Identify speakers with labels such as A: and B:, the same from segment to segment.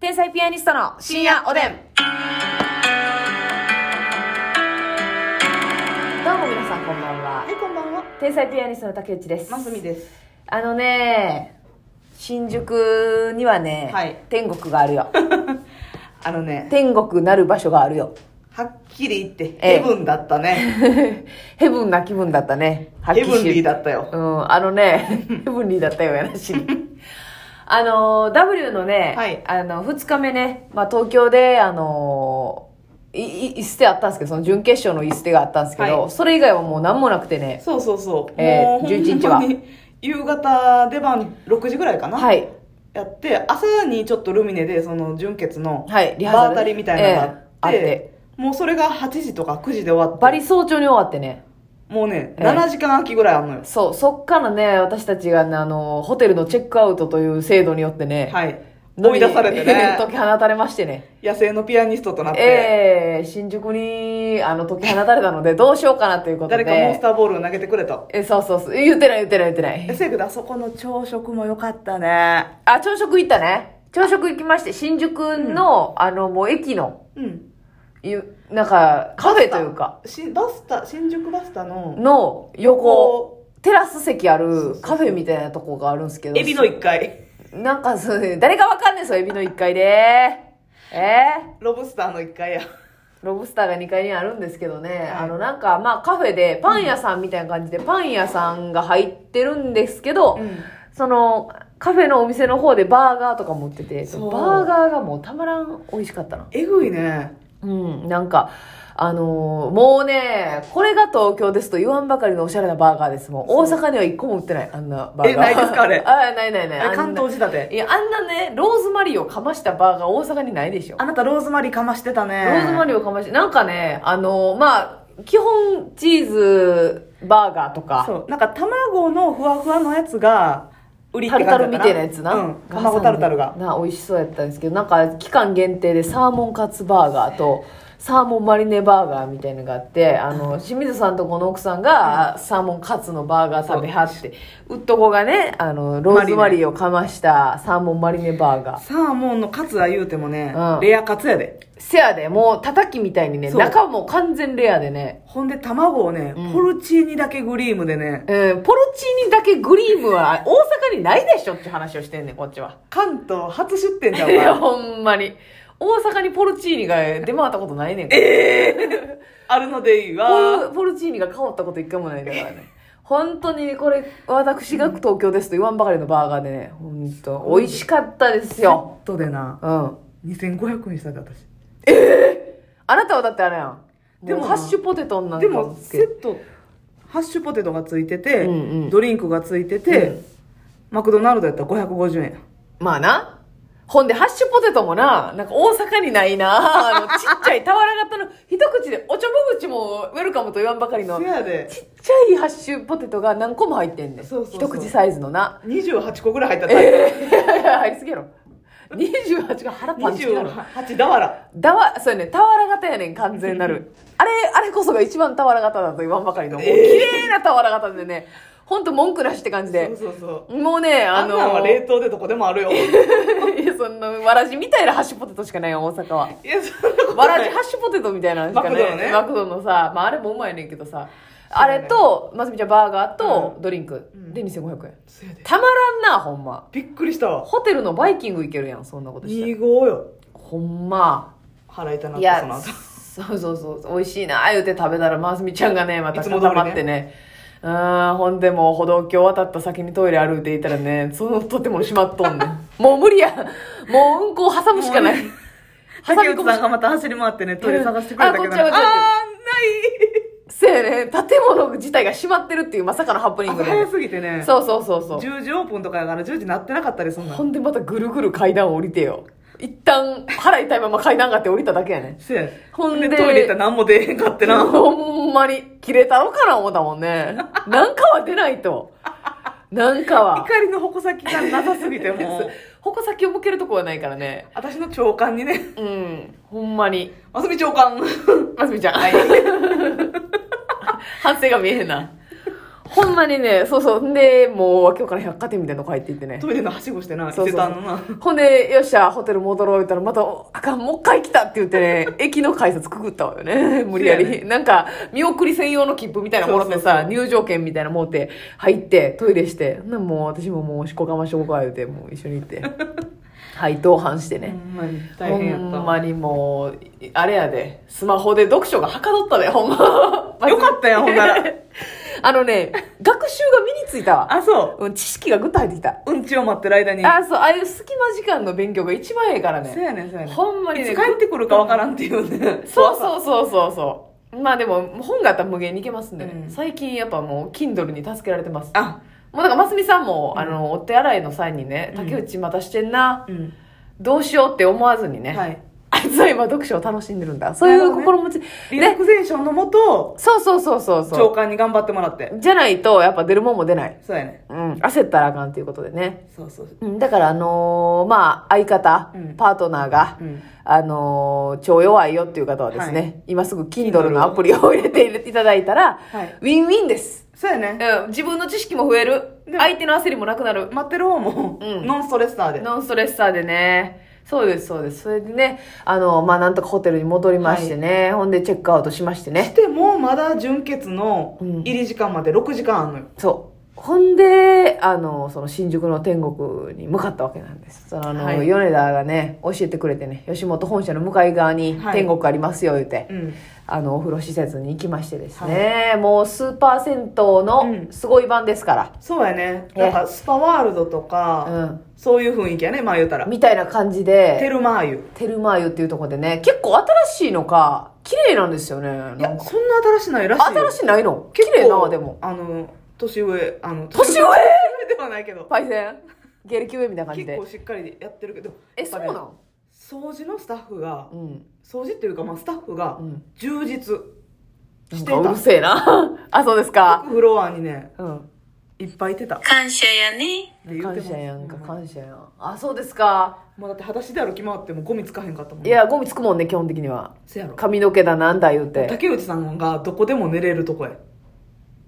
A: 天才ピアニストの深夜おでん。どうも皆さんこんばんは
B: はい、。こんばんは。
A: 天才ピアニストの竹内です。
B: ますみです。
A: あのね、新宿にはね、
B: はい
A: 天国があるよ。
B: あのね、
A: 天国なる場所があるよ。
B: はっきり言って、
A: ええ
B: ヘブンだったね。
A: ヘブンな気分だったね。はっき
B: ヘ
A: し
B: ブンリーだったよ。
A: うん、あのね、 ヘブンリーだったよ、やらしい。あの、W のね、
B: はい
A: あの、2日目ね、まあ、東京で、あの、い、い、い捨てあったんですけど、その準決勝のい捨てがあったんですけど、
B: はい
A: それ以外はもう何もなくてね、
B: そうそうそう。
A: ええ
B: もう
A: 11日は
B: ほんまに夕方出番6時ぐらいかな。
A: はい。
B: やって、朝にちょっとルミネで、その純血の、
A: はいリハーサル
B: バータリーみたいなのがあって、
A: ええ
B: もうそれが8時とか9時で終わ
A: バ
B: って、
A: リ早朝に終わってね、
B: もうね、
A: ええ
B: 7時間空きぐらいあんのよ。
A: そう、そっからね、私たちがね、あの、ホテルのチェックアウトという制度によってね、
B: はい。
A: 飲み
B: 追い出されて ね、
A: 解き放たれましてね。
B: 野生のピアニストとなって、
A: ええ新宿に、あの、解き放たれたので、どうしようかなということで。
B: 誰かモンスターボールを投げてくれと。
A: え、そうそうそう。言ってない言ってない言ってな
B: え
A: い。
B: せやけど、あそこの朝食も良かったね。
A: あ、朝食行ったね。朝食行きまして、新宿の、あの、もう駅の、
B: うん。
A: ゆなんか、カフェというか、
B: しバスタ新宿バスタの
A: の横、
B: こ
A: テラス席ある
B: そう
A: カフェみたいなとこがあるんですけ
B: う
A: ど。
B: エビの1階
A: なんかそうね、誰がわかんねえぞ、エビの1階で。え
B: ロブスターの1階や
A: ー、ロブスターが2階にあるんですけどね、
B: い
A: あの、なんか、まあ、カフェで、パン屋さんみたいな感じで、パン屋さんが入ってるんですけど、そのカフェのお店の方でバーガーとか持っててバ
B: そう
A: ーガーがもうたまらん美味しかったな
B: えぐいね
A: うんなんかあのーもうねこれが東京ですと言わんばかりのおしゃれなバーガーですもう大
B: そう
A: 阪には一個も売ってないあんなバーガー
B: えないですかあれ
A: あないないない
B: あれ
A: あん
B: 関
A: な
B: 東仕立て
A: いやあんなねローズマリーをかましたバーガー大阪にないでしょ
B: あなたローズマリーかましてたね
A: ローズマリーをかましてなんかねあのーまあ基本チーズバーガーとか
B: そうなんか卵のふわふわのやつが売りって
A: タ
B: 感
A: ル
B: じだ
A: タ
B: っ
A: ルみた
B: た
A: いなやつな、
B: うん、卵タルタルが
A: な美味しそうやったんですけどなんか期間限定でサーモンカツバーガーとサーモンマリネバーガーみたいのがあってあ の清水さんとこの奥さんがサーモンカツのバーガー食べはってうっとこがねあのローズマリーをかましたサーモンマリネバーガー
B: サーモンのカツは言うてもね、
A: うん
B: レアカツやで
A: せやでもうたたきみたいにね
B: そう
A: 中も完全レアでね
B: ほんで卵をね、
A: うん
B: ポルチーニだけグリームでね
A: うん、ポルチーニだけグリームは大阪にないでしょって話をしてんねんこっちは
B: 関東初出店
A: い
B: じゃん
A: やほんまに大阪にポルチーニが出回ったことないねんから
B: あるのでいい
A: ポ
B: わ
A: ルポルチーニが香ったこと一回もないんだからね。本当にこれ、私が東京ですと言わんばかりのバーガーでね、本当美味しかったです
B: セ
A: よ。
B: ットでな
A: うん。
B: 2500円したで私
A: あなたはだってあれやん。で
B: でも
A: も、ハッシュポテトなんか
B: でも
A: つけ
B: セットハッシュポテトがついてて、
A: うんうん
B: ドリンクがついてて、
A: うん
B: マクドナルドやったら550円
A: まあな。ほんで、ハッシュポテトもな、なんか大阪にないな。あの、ちっちゃい俵型の、一口で、おちょぼ口もウェルカムと言わんばかりの、
B: せ
A: ちっ
B: やで
A: ちゃいハッシュポテトが何個も入ってんねん。
B: そうそうそ
A: 一
B: う
A: 口サイズのな。
B: 28個ぐらい入ったタイプ、
A: いやいや入りすぎやろ。28が腹パンチきなの。
B: 28だわら
A: だわ、そうやね、俵型やねん、完全な る。あれ、あれこそが一番俵型だと言わんばかりの、もう綺麗な俵型でね、ほんと文句なしって感じ
B: そう
A: で。
B: そうそう
A: もうね、
B: あ
A: あ
B: ん
A: の
B: なんは冷凍でどこでもあるよ
A: い やそんな、わらじみたいなハッシュポテトしかないよ、大阪は。
B: いやそんなこと
A: わら
B: な
A: じ
B: い
A: ハッシュポテトみたいなのしか
B: マクドのね
A: マクドのさ、まああれもうまいねんけどさ、あれと、まつみちゃんバーガーとドリンク
B: うん
A: で2500円。
B: せやで
A: たまらんな、ほんま。
B: びっくりしたわ
A: ホテルのバイキング行けるやん、そんなことしたら。
B: 2号よ
A: ほんま。
B: 払いたないってその
A: や
B: 後、
A: そうそうそう、美味しいな、言うて食べたら、ますみちゃんがね、 また
B: いつも通り
A: 固
B: ね
A: まってね。うーん、ほんでもう歩道橋渡った先にトイレ歩いていたらね、そのとても閉まっとんね ん。もう無理や。もううんこを挟むしかない。挟み
B: 竹
A: 込
B: 内
A: む
B: さ
A: しか
B: んがまた走り回ってねトイレ探してくれたけど
A: あこっちはこっちは
B: あ
A: せやね、建物自体が閉まってるっていうまさかのハプニ
B: ー
A: ン
B: ない
A: グで。
B: 早すぎてね
A: そうそうそうそう。
B: 10時オープンとかやから10時なってなかったりそんな
A: ほんでまたぐるぐる階段降りてよ。一旦腹痛いまま階段上がって降りただけやね。
B: せや
A: ほんで
B: トイレ行ったら何も出へんかってな
A: ほんまに、切れたのかな思ったもんね。なんかは出ないと。なんかは。
B: 怒りの矛先がなさすぎてもう
A: 矛先を向けるとこはないからね。
B: 私の長官にね
A: うん。ほんまに。
B: 「ますみ長官」
A: ますみちゃん。
B: はい
A: 反省が見えへんな。ほんまにね、そうそう。んで、もう、わけわからん百貨店みたいなの入っていってね。
B: トイレのはしごしてな、
A: そうそう
B: してたのな。
A: ほんで、よっしゃ、ホテル戻ろう言ったら、また、おあかん、もう一回来たって言ってね、駅の改札くぐったわよね。無理やり。
B: そうや
A: なんか、見送り専用の切符みたいなものってさ、入場券みたいなもうて、入って、トイレして、ほんならもう私ももう、おしっこ我慢しようか言うて、もう一緒に行 って。はい、同伴して
B: ほ
A: ね。
B: んまに大変やった。
A: ほんまにもう、あれやで、スマホで読書がはかどったで、ほんま。
B: よかったやんほんなら。
A: あのね、学習が身についたわ。
B: あ、そ
A: うん、知識がぐっと入ってきた。
B: う。うんちを待ってる間に。
A: あ、そう、ああいう隙間時間の勉強が一番ええから
B: そう
A: ね。
B: やねん、そうやねん。
A: ほんまに
B: い
A: ね
B: つ帰ってくるかわからんっていうね。
A: そう
B: う。
A: そうそうそうそう。まあでも、本があったら無限にいけますんでね。
B: うん
A: 最近やっぱもう、Kindle に助けられてます。
B: あ、
A: もうだから、ますみさんも、あの、お手洗いの際にね、竹内またしてんな、
B: うん。
A: どうしようって思わずにね、
B: はい。
A: あいつは今読書を楽しんでるんだ。そういう心持ち。
B: リラ
A: ね。
B: クゼーションのもと、
A: そうそうそうそう
B: 長
A: そ
B: 官に頑張ってもらって。
A: う。じゃないと、やっぱ出るもんも出ない。
B: そうやね
A: うん。焦ったらあかんっていうことでね。
B: ん。そうそう。
A: うん。だから、あのーまあ、相方、
B: うん
A: パートナーが、
B: うん。
A: あのー超弱いよっていう方はですね、
B: は
A: 今すぐ Kindle のアプリを入れていただいたら、
B: はい
A: ウィンウィンです。
B: そうやね。
A: うん。自分の知識も増える。
B: でも
A: 相手の焦りもなくなる。
B: 待ってる方も、
A: うん
B: ノンストレスターで。
A: ノンストレッサーでね。そうです、そうです。それでね、あの、まあ、なんとかホテルに戻りましてね、ほんでチェックアウトしましてね。
B: しても、まだ純血の
A: うん
B: 入り時間まで6時間あんのよ。
A: そう。ほんで、あの、その新宿の天国に向かったわけなんです。その、あの、
B: はい
A: 米田がね、教えてくれてね、吉本本社の向かい側に
B: はい
A: 天国ありますよ、言うて、
B: うん。
A: あの、お風呂施設に行きましてですね、もうスーパー銭湯の
B: うん
A: すごい版ですから、
B: そうやね。
A: え
B: なんか、スパワールドとか、
A: うん。
B: そういう雰囲気やね、まあ言うたら。
A: みたいな感じ
B: テ
A: で、
B: ルマーユ。
A: テルマーユっていうところでね、結構新しいのか、綺麗なんですよね。なん
B: いや、
A: か
B: そんな新しいのはいらしいよ。
A: 新しいないの綺麗な、でも。
B: あの、年上、あの、
A: 年上
B: ではないけど、
A: パイセン芸歴上みたいな感じ
B: 結
A: で
B: 構。しっかりやってるけど、
A: え、そうな
B: やっ
A: の
B: ぱね掃除のスタッフが
A: う、ん。
B: 掃除っていうか、まあ、スタッフが
A: うん。
B: 充実
A: な
B: し
A: ん
B: て
A: かうる
B: た。
A: せえな。 あ、そうですか。
B: フロアにね、
A: うん。
B: いっぱいいてた。
C: 感謝やね。
B: って言って
A: 感
B: も
A: 謝やんか、
B: うん
A: 感謝やん。あ、そうですか。
B: もうだって裸足で歩き回ってもゴミつかへんかったもん。
A: い、や、ゴミつくもんね、基本的には。
B: せやろ。
A: 髪の毛だなんだ言うて。
B: 竹内さんがどこでも寝れるとこや。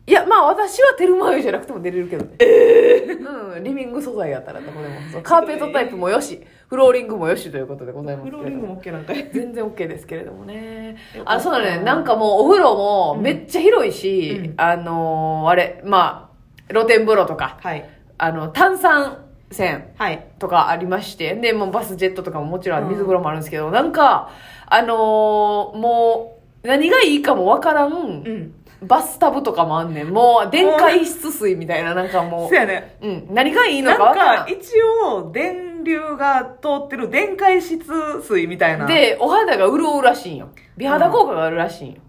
A: いや、まあ私はテルマーユじゃなくても出れるけどね。うん、リビング素材やったらどこでも。そうカーペットタイプもよし、フローリングもよしということでございますけ
B: フロ
A: れ
B: ーリ
A: ど
B: ング
A: も。
B: も OK なんかい。
A: 全然 OK ですけれどもね
B: え。
A: あ、そうだね。なんかもうお風呂もめっちゃ広いし、
B: うん
A: あのーあれ、まあ、露天風呂とか、
B: はい。
A: あの、炭酸泉。
B: はい。
A: とかありまして、で、もうバスジェットとかももちろん水風呂もあるんですけど、なんか、あのーもう、何がいいかもわからん、
B: うん。
A: バスタブとかもあんねん。もう、電解質水みたいな、なんかも
B: せやね。
A: う、うん、何がいいのかわか
B: な
A: ら
B: んか
A: ん。
B: 一応電流が通ってる電解質水みたいな
A: で、お肌が潤うらしいんよ。美肌効果があるらしいんよ。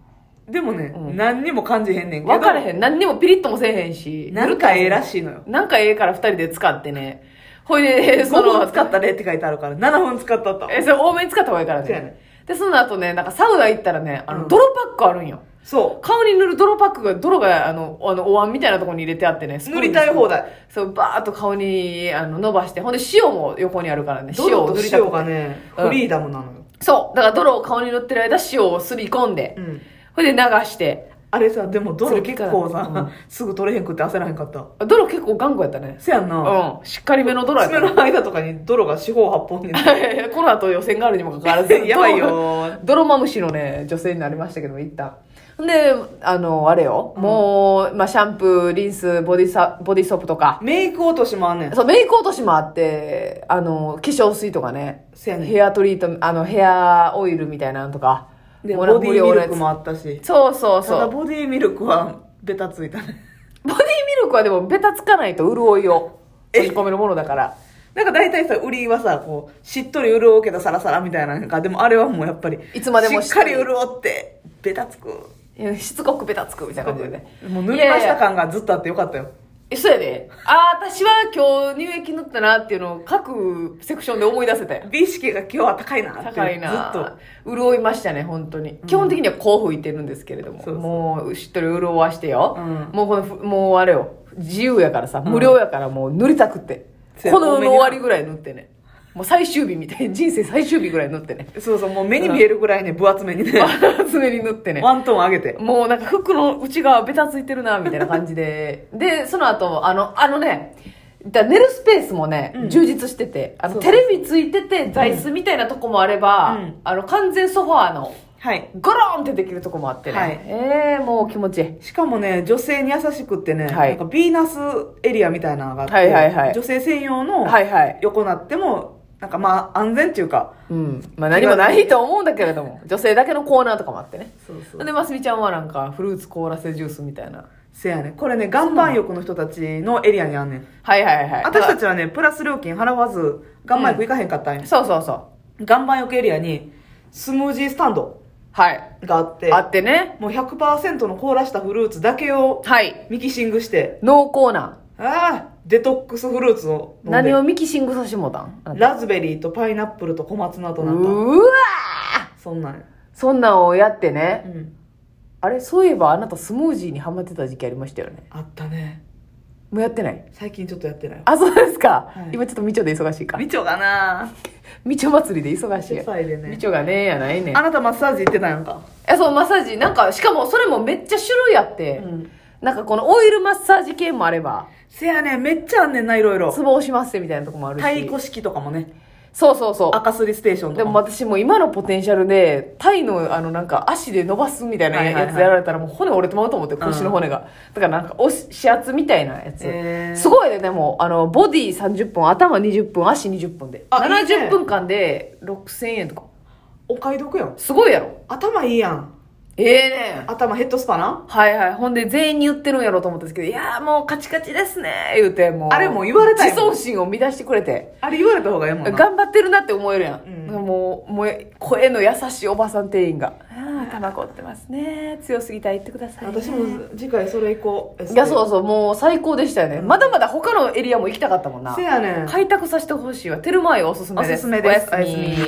B: でもね、
A: うん
B: 何にも感じへんねんけど
A: わからへん。何にもピリッともせえへんし。
B: なんかええらしいのよ
A: なんかええから二人で使ってね。ほい で、
B: 5
A: その
B: 分使ったでって書いてあるから7分使ったった
A: え、それ多めに使った方がいいから
B: そうやね
A: ね。で、その後ね、なんかサウナ行ったらね、あ
B: う
A: の、
B: ん
A: 泥パックあるんよ。
B: そ
A: 顔に塗る泥パックが、泥が、あの、あの、お椀みたいなところに入れてあってね。スプー
B: う
A: ン
B: 塗
A: で
B: りたい放。題
A: そう、バーっと顔に、あの、伸ばして。ほんで、塩も横にあるからね。塩
B: 塩
A: を
B: と
A: 塗りた
B: 塩
A: くて。
B: がね、
A: うん
B: フリーダムなのよ、
A: そう。だから泥を顔に塗ってる間、塩をすり込んで。
B: うん
A: ほいで流して。
B: あれさでも
A: そ
B: 泥
A: れ
B: 結構さ、
A: うん
B: すぐ取れへんくって焦らへんかった
A: 泥結構頑固やったね。
B: せやんな、
A: うん。しっかりめの泥やった
B: 爪
A: ね。
B: の間とかに泥が四方八 方に
A: この後予選があるにもかかわらず
B: 。やばいよ
A: 泥まむしのね、女性になりましたけども、一旦。で、あの、あれよ。もう、まあ、シャンプー、リンス、ボディサ、ボディソープとか。
B: メイク落としもあんねん
A: そう、メイク落としもあって、あの、化粧水とかね。
B: せやねん
A: ヘアトリートメント、あの、ヘアオイルみたいなのとか。
B: で
A: も
B: ボ
A: うなんか
B: ディミルク
A: 無料のや
B: もあったし
A: つそうそう
B: た
A: そ
B: だ
A: う。ボ
B: ボディミルクはベタついたね
A: ディミルクはでも、ベタつかないと潤いを閉じ込めるものだから。
B: なんか大体さ、売りはさ、こう、しっとり潤うけどサラサラみたいななんか、でもあれはもうやっぱり、
A: いつまでも
B: しっかり潤って、ベタつく。
A: いやしつこくベタつくみたいな感じでね。
B: もう塗りま
A: い
B: し
A: やいや
B: た感がずっとあってよかったよ。
A: えそうやで。ああ、私は今日乳液塗ったなっていうのを各セクションで思い出せて。
B: 美意識が今日は高いなって。
A: 高いな
B: ずっ
A: 潤いましたね、本当に。基本的にはこう吹いてるんですけれども。
B: そうそう
A: もう、しっとり潤わしてよ。
B: うん
A: もうこのふ、もうあれよ。自由やからさ、無料やからもう塗りたくって。
B: そうや
A: この世の終わりぐらい塗ってね。もう最終日みたい人生最終日ぐらい塗って ね
B: そうそう、もう目に見えるぐらいね、分厚めに ね、
A: 爪に塗ってね
B: ワントーン上げて。
A: もうなんか服の内側ベタついてるなみたいな感じででその後あのあのねだ寝るスペースもね、
B: うん
A: 充実しててあの
B: そう
A: テ
B: そう
A: レビついてて座椅子みたいなとこもあれば、
B: うん
A: あの完全ソファーの
B: はい。
A: ゴローンってできるとこもあってね、
B: はい
A: ええもう気持ちいい
B: しかもね、女性に優しくってね、
A: はい
B: なんかヴィーナスエリアみたいなのがあって、
A: はいはいはい
B: 女性専用の
A: はいはい
B: 横なっても、なんかまあ安全っていうか、
A: うんまあ何もないと思うんだけれども女性だけのコーナーとかもあってね
B: そうそ
A: でますみちゃんはなんかフルーツ凍らせジュースみたいな
B: せやね。これね、岩盤浴の人たちのエリアにあんねん。
A: はいはいはい
B: 私た
A: ち
B: ちはね、プラス料金払わず、岩盤浴行かへんかったんや。
A: そうそうそう
B: 岩盤浴エリアに、スムージースタンド
A: はい
B: があって、
A: あってね
B: もう100%の凍らしたフルーツだけを
A: はい
B: ミキシングして、
A: 濃厚な
B: ああ、デトックスフルーツを飲んで
A: 何をミキシングさしもたんあなた
B: ラズベリーとパイナップルと小松菜と
A: う
B: なんか、
A: ーわー
B: そんなんや。
A: そんなんをやって
B: う
A: ね
B: ん。
A: あれそういえばあなたスムージーにハマってた時期ありましたよね
B: あったね。
A: もうやってない
B: 最近ちょっとやってないわ。
A: あそうですか、
B: はい
A: 今ちょっとみちょで忙しいか
B: みちょがな
A: みちょ祭りで忙しい
B: 主
A: よ
B: 催でね
A: み。ちょがねやないね
B: あなたマッサージ行ってたやんか。
A: えそうマッサージなんかしかもそれもめっちゃ種類あって、
B: ん。
A: なんかこのオイルマッサージ系もあれば
B: せやねめっちゃあんねんな、いろいろ。
A: ツボ押しますせみたいなとこもあるし
B: 太鼓式とかもね。
A: そうそうそう
B: 赤すりステーションと
A: で
B: か
A: も私もう今のポテンシャルで、タイのあのなんか足で伸ばすみたいな
B: はいはいはい
A: やつやられたらもう骨折れてまうと思って、腰の骨が。だからなんか押し、指圧みたいなやつ。
B: へー
A: すごいね、でも、あの、ボディ30分、頭20分、足20分で。
B: あいいね
A: 70分間で6000円とか。
B: お買い得やん。
A: すごいやろ。
B: 頭いいやん。
A: ええね。
B: 頭ヘッドスパな。
A: はいはい。ほんで全員に言ってるんやろうと思ったんですけど、いやーもうカチカチですねー言うて、もう。
B: あれもう言われたい
A: 自
B: もん
A: 尊心を乱してくれて。
B: あれ言われた方がええもんな。
A: 頑張ってるなって思えるやん、
B: うん
A: もうもう声の優しいおばさん店員が「ああタバコ売ってますね強すぎたら言ってください、ね」
B: 私も次回それ行こう。
A: いやそう
B: う。
A: そうもう最高でしたよね、まだまだ他のエリアも行きたかったもんな
B: せやねん。
A: 開拓させてほしいわテルマエおすすめです
B: おすすめです
A: おやすみ
B: おやすみ